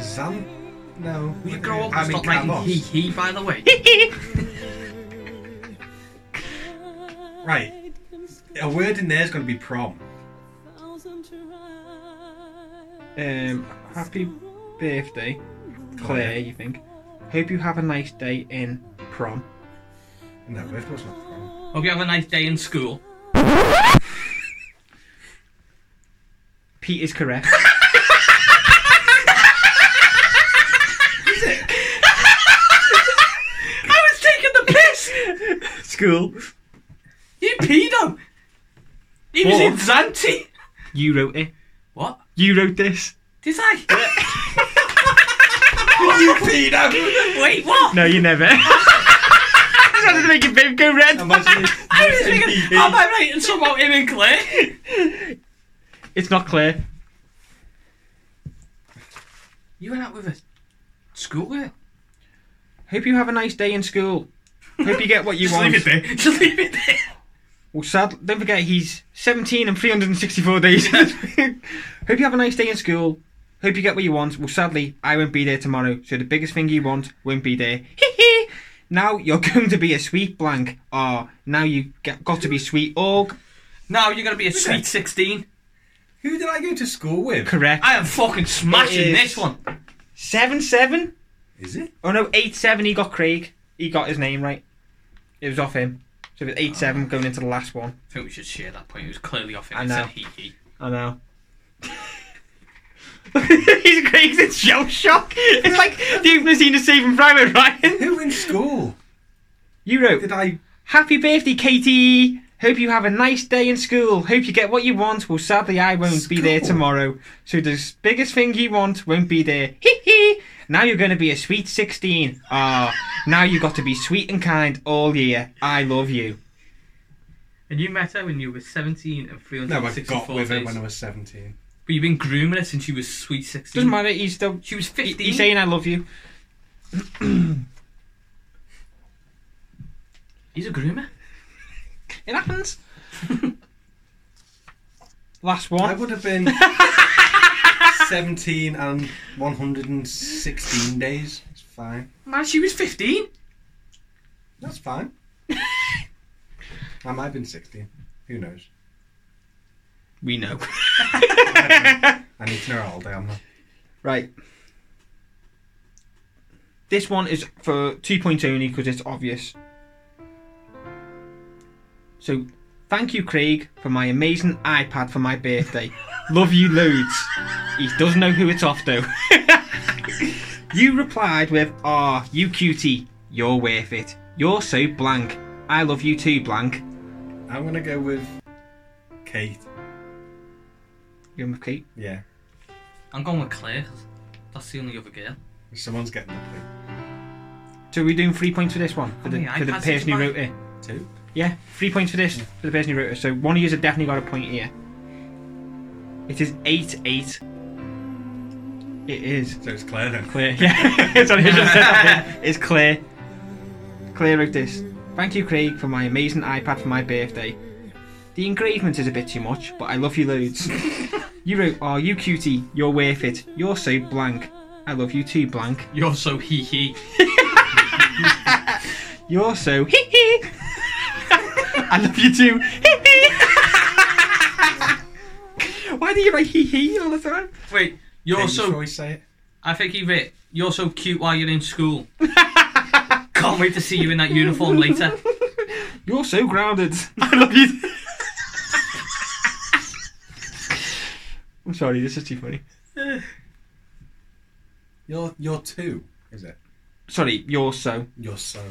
Speaker 3: Zan. No,
Speaker 4: Will you grow up
Speaker 3: I'm
Speaker 4: and
Speaker 3: in
Speaker 4: stop writing
Speaker 3: Camos.
Speaker 4: he he, by the way?
Speaker 3: Right, a word in there is going to be prom.
Speaker 1: Um, happy birthday, Claire. You think? Hope you have a nice day in prom.
Speaker 3: No, of course not prom.
Speaker 4: Hope you have a nice day in school.
Speaker 1: Pete is correct.
Speaker 4: I was taking the piss!
Speaker 1: School.
Speaker 4: You pedo! He was
Speaker 1: What?
Speaker 4: in Zanti!
Speaker 1: You wrote it.
Speaker 4: What?
Speaker 1: You wrote this.
Speaker 4: Did I? Wait, what?
Speaker 1: No, you never. I just wanted to make your bib go red.
Speaker 3: Imagine if
Speaker 4: I was thinking,
Speaker 3: NPE.
Speaker 4: am I writing something about him and Claire?
Speaker 1: It's not Claire.
Speaker 4: You went out with a schoolgirl?
Speaker 1: Hope you have a nice day in school. Hope you get what you want.
Speaker 4: there. Just leave it there.
Speaker 1: Well, sad. Don't forget, he's 17 and 364 days. Hope you have a nice day in school. Hope you get what you want. Well, sadly, I won't be there tomorrow, so the biggest thing you want won't be there. Hee hee. Now you're going to be a sweet blank. Ah, now you get, got to be sweet org.
Speaker 4: Now you're gonna be a sweet 16.
Speaker 3: Who did I go to school with?
Speaker 1: Correct.
Speaker 4: I am fucking smashing
Speaker 1: It is.
Speaker 4: this one.
Speaker 1: Seven seven.
Speaker 3: Is it?
Speaker 1: Oh no, eight seven. He got Craig. He got his name right. It was off him. So it was eight seven going into the last one.
Speaker 4: I think we should share that point. It was clearly off him.
Speaker 1: I
Speaker 4: It said
Speaker 1: know.
Speaker 4: he he.
Speaker 1: I know. He's Craig's in shell shock. It's like the opening scene of Saving Private Ryan.
Speaker 3: Who in school
Speaker 1: You wrote,
Speaker 3: did I?
Speaker 1: "Happy birthday, Katie. Hope you have a nice day in school. Hope you get what you want. Well, sadly, I won't be there
Speaker 3: School?
Speaker 1: tomorrow. So the biggest thing you want won't be there. Hee hee. Now you're going to be a sweet sixteen. Ah, now you got to be sweet and kind all year. I love you.
Speaker 4: And you met her when you were 17 and
Speaker 3: No, I got
Speaker 4: 364
Speaker 3: with her
Speaker 4: days.
Speaker 3: when I was seventeen.
Speaker 4: But you've been grooming her since she was sweet 16.
Speaker 1: Doesn't matter. He's still.
Speaker 4: She was 15.
Speaker 1: He's saying I love you.
Speaker 4: He's a groomer.
Speaker 1: It happens. Last one.
Speaker 3: I would have been seventeen and one hundred and sixteen days. It's fine.
Speaker 4: Man, she was 15.
Speaker 3: That's fine. I might have been sixteen. Who knows?
Speaker 1: We know.
Speaker 3: I need to know how old I am now.
Speaker 1: Right. This one is for two points only because it's obvious. So, thank you, Craig, for my amazing iPad for my birthday. Love you loads. He does know who it's off though. you replied with, "Ah, you cutie, you're worth it. You're so blank. I love you too, blank."
Speaker 3: I'm gonna go with Kate.
Speaker 1: You and Kate.
Speaker 3: Yeah,
Speaker 4: I'm going with Claire. That's the only other girl.
Speaker 3: someone's getting the point.
Speaker 1: So we're doing three points for this one for the,
Speaker 4: How
Speaker 1: for the
Speaker 4: many iPads did
Speaker 1: person
Speaker 4: you
Speaker 1: who
Speaker 4: buy?
Speaker 1: wrote it.
Speaker 3: Two.
Speaker 1: Yeah, three points for this for the person who wrote it. So one of you has definitely got a point here. It is eight eight. It is
Speaker 3: So it's Claire then.
Speaker 1: clear. Yeah, sorry, I should have said that. It's clear. Clear wrote this. Thank you, Craig, for my amazing iPad for my birthday. The engravement is a bit too much, but I love you loads. you wrote, "Are you cutie? You're worth it. You're so blank. I love you too, blank.
Speaker 4: You're so hee hee.
Speaker 1: You're so hee hee. I love you too. Hee hee. Why Why do you like hee hee all the time?
Speaker 4: Wait, you're
Speaker 3: Didn't
Speaker 4: so.
Speaker 3: Troy say it?
Speaker 4: I think he writ. You're so cute while you're in school. Can't wait to see you in that uniform later.
Speaker 1: You're so grounded. I love you. I'm sorry, this is too funny.
Speaker 3: You're you're two, is it?
Speaker 1: Sorry, you're so.
Speaker 3: You're so.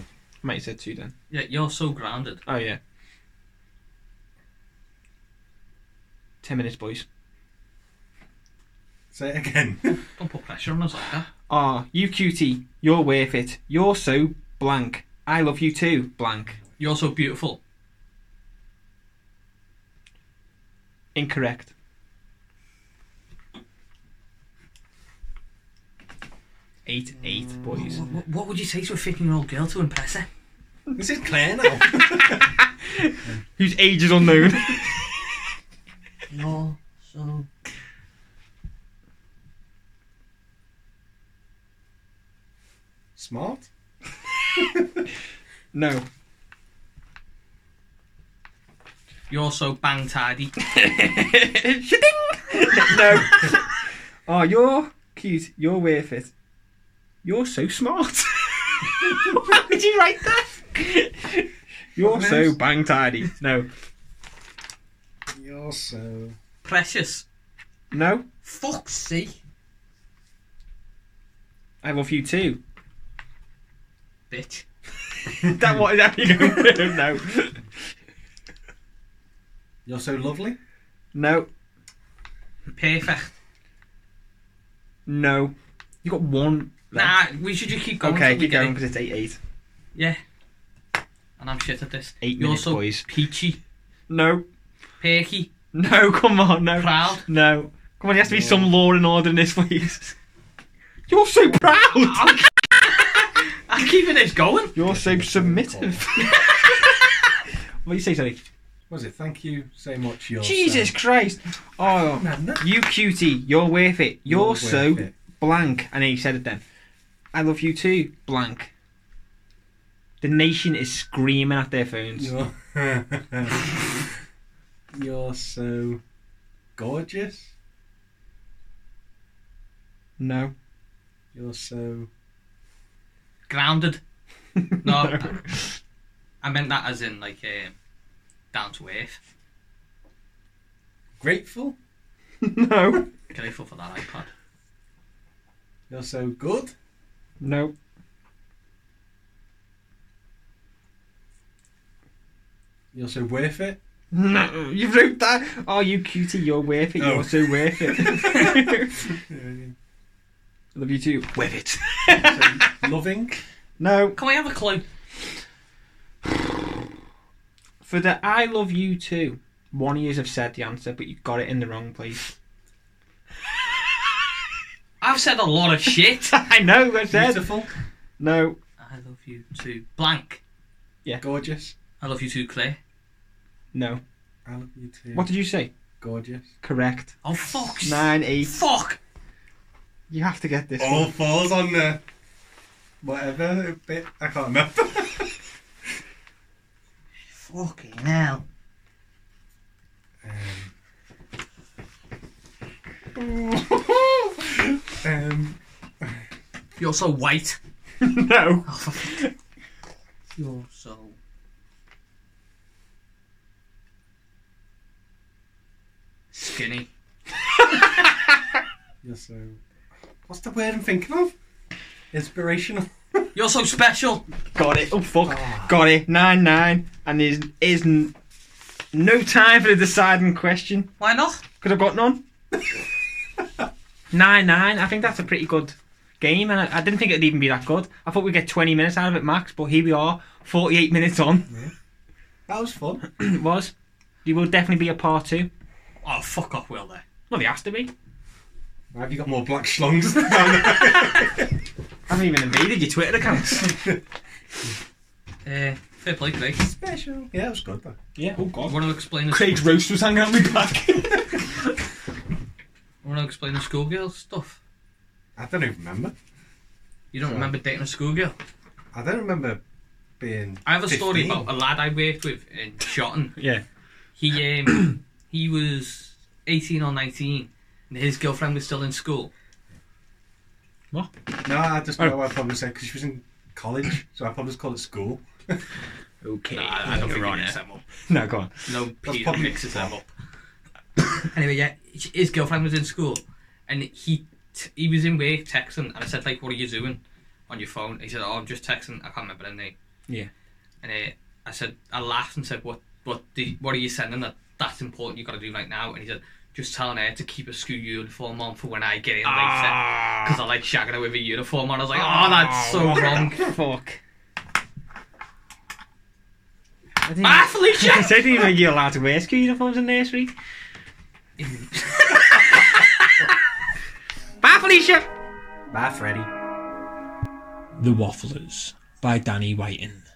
Speaker 1: Mate you said two then.
Speaker 4: Yeah, you're so grounded.
Speaker 1: Oh yeah. Ten minutes, boys.
Speaker 3: Say it again.
Speaker 4: Don't put pressure on us like that.
Speaker 1: Ah, you cutie. You're worth it. You're so blank. I love you too, blank.
Speaker 4: You're so beautiful.
Speaker 1: Incorrect. Eight, eight, boys.
Speaker 4: What, what, what would you say to a 15 year old girl to impress her?
Speaker 3: this is clear now.
Speaker 1: Whose age is unknown.
Speaker 4: You're so.
Speaker 3: Smart.
Speaker 1: no.
Speaker 4: You're so bang tidy.
Speaker 1: Shading! no. Oh, you're cute. You're worth it. You're so smart. Why would you write that? You're so bang tidy. No.
Speaker 3: You're so.
Speaker 4: Precious.
Speaker 1: No.
Speaker 4: Fuck's sake.
Speaker 1: I love you too.
Speaker 4: Bitch.
Speaker 1: That what is that you going with? No.
Speaker 3: You're so lovely.
Speaker 1: No.
Speaker 4: Perfect.
Speaker 1: No. You got one.
Speaker 4: Nah, we should just keep going.
Speaker 1: okay,
Speaker 4: till we
Speaker 1: keep
Speaker 4: get
Speaker 1: going
Speaker 4: it.
Speaker 1: because it's eight eight.
Speaker 4: Yeah. And I'm shit at this.
Speaker 1: Eight
Speaker 4: You're
Speaker 1: minutes,
Speaker 4: so
Speaker 1: boys.
Speaker 4: peachy,
Speaker 1: No.
Speaker 4: perky,
Speaker 1: No, come on, no.
Speaker 4: proud.
Speaker 1: No. Come on, there has to be some law and order in this, please. You're so proud.
Speaker 4: I'm, I'm keeping this going.
Speaker 1: You're so submissive. what do you say, Tony?
Speaker 3: Was it? Thank you so much. You're
Speaker 1: Jesus Christ. Oh,
Speaker 3: So. No, no.
Speaker 1: you cutie. You're worth it. You're,
Speaker 3: worth
Speaker 1: so
Speaker 3: it.
Speaker 1: blank. And he said it then. I love you too, blank. The nation is screaming at their phones.
Speaker 3: You're, you're so gorgeous.
Speaker 1: No.
Speaker 3: You're so.
Speaker 4: Grounded. No. I meant that as in like um, down to earth.
Speaker 3: Grateful.
Speaker 1: no.
Speaker 4: Grateful for that iPad.
Speaker 3: You're so good.
Speaker 1: No.
Speaker 3: You're so worth it.
Speaker 1: No, you wrote that. Oh, you cutie, you're worth it.
Speaker 3: Oh.
Speaker 1: You're so worth it. I love you too. Worth it.
Speaker 3: Loving.
Speaker 1: No,
Speaker 4: Can we have a clue?
Speaker 1: for the I love you too. One of you have said the answer, but you got it in the wrong place.
Speaker 4: I've said a lot of shit.
Speaker 1: I know. I said
Speaker 3: Beautiful.
Speaker 1: no.
Speaker 4: I love you too. Blank.
Speaker 3: Gorgeous.
Speaker 4: I love you too, Claire.
Speaker 1: No.
Speaker 3: I love you too.
Speaker 1: What did you say?
Speaker 3: Gorgeous.
Speaker 1: Correct.
Speaker 4: Oh fuck.
Speaker 1: Nine eight.
Speaker 4: Fuck.
Speaker 1: You have to get this. one.
Speaker 3: All falls on the whatever bit. I can't remember.
Speaker 4: Fucking hell.
Speaker 3: um,
Speaker 4: You're so white.
Speaker 1: no.
Speaker 4: You're so. Skinny.
Speaker 3: you're so. What's the word I'm thinking of? Inspirational.
Speaker 4: You're so special.
Speaker 1: Got it. Oh fuck. Got it. Nine nine. And there's is n- no time for the deciding question
Speaker 4: Why not?
Speaker 1: because I've got none. nine nine. I think that's a pretty good game, and I, I didn't think it'd even be that good. I thought we'd get twenty minutes out of it max, but here we are, forty eight minutes on.
Speaker 3: That was fun.
Speaker 1: It was. You will definitely be a part two.
Speaker 4: Oh, fuck off, Will, there.
Speaker 1: Well, there has to be.
Speaker 3: Have you got more black schlongs? down
Speaker 1: I haven't even invaded your Twitter accounts.
Speaker 3: there?
Speaker 4: Uh, fair play, Craig.
Speaker 3: Special. Yeah, it was good though.
Speaker 1: yeah. Oh
Speaker 4: I
Speaker 1: God.
Speaker 4: want to explain the,
Speaker 1: Craig's roast was hanging on my back.
Speaker 4: I want to explain the schoolgirl stuff.
Speaker 3: I don't even remember.
Speaker 4: You don't
Speaker 3: Sorry.
Speaker 4: remember dating a schoolgirl?
Speaker 3: I don't remember being.
Speaker 4: I have a story
Speaker 3: 15.
Speaker 4: about a lad I worked with in Shotton.
Speaker 1: yeah.
Speaker 4: He um, he was 18 or 19 and his girlfriend was still in school.
Speaker 3: No, I just
Speaker 4: Oh.
Speaker 3: know I probably said because she was in college, so I probably just called it school.
Speaker 5: Okay.
Speaker 4: you're
Speaker 5: you're
Speaker 4: on
Speaker 5: on
Speaker 4: it.
Speaker 5: it.
Speaker 4: them up.
Speaker 1: No, go on.
Speaker 4: No,
Speaker 3: That's
Speaker 4: Peter
Speaker 3: probably-
Speaker 4: mixes them up. anyway, yeah, his girlfriend was in school, and he t- he was in work texting, and I said like, "What are you doing on your phone?" He said, "Oh, I'm just texting. I can't remember her name."
Speaker 1: Yeah.
Speaker 4: And uh, I said, I laughed and said, "What what do you- what are you sending that that's important? You got to do right now?" And he said, "Just telling her to keep a school uniform on for when I get in later."
Speaker 1: Ah.
Speaker 4: Because I like shagging her with a uniform on. I was like, oh, that's so wrong.
Speaker 1: Fuck. I didn't,
Speaker 4: Ah,
Speaker 1: I
Speaker 4: Felicia!
Speaker 1: said, didn't think you're allowed to wear school uniforms in nursery.
Speaker 4: Bye, Felicia!
Speaker 3: Bye, Freddy.
Speaker 1: The Wafflers by Danny Whiten.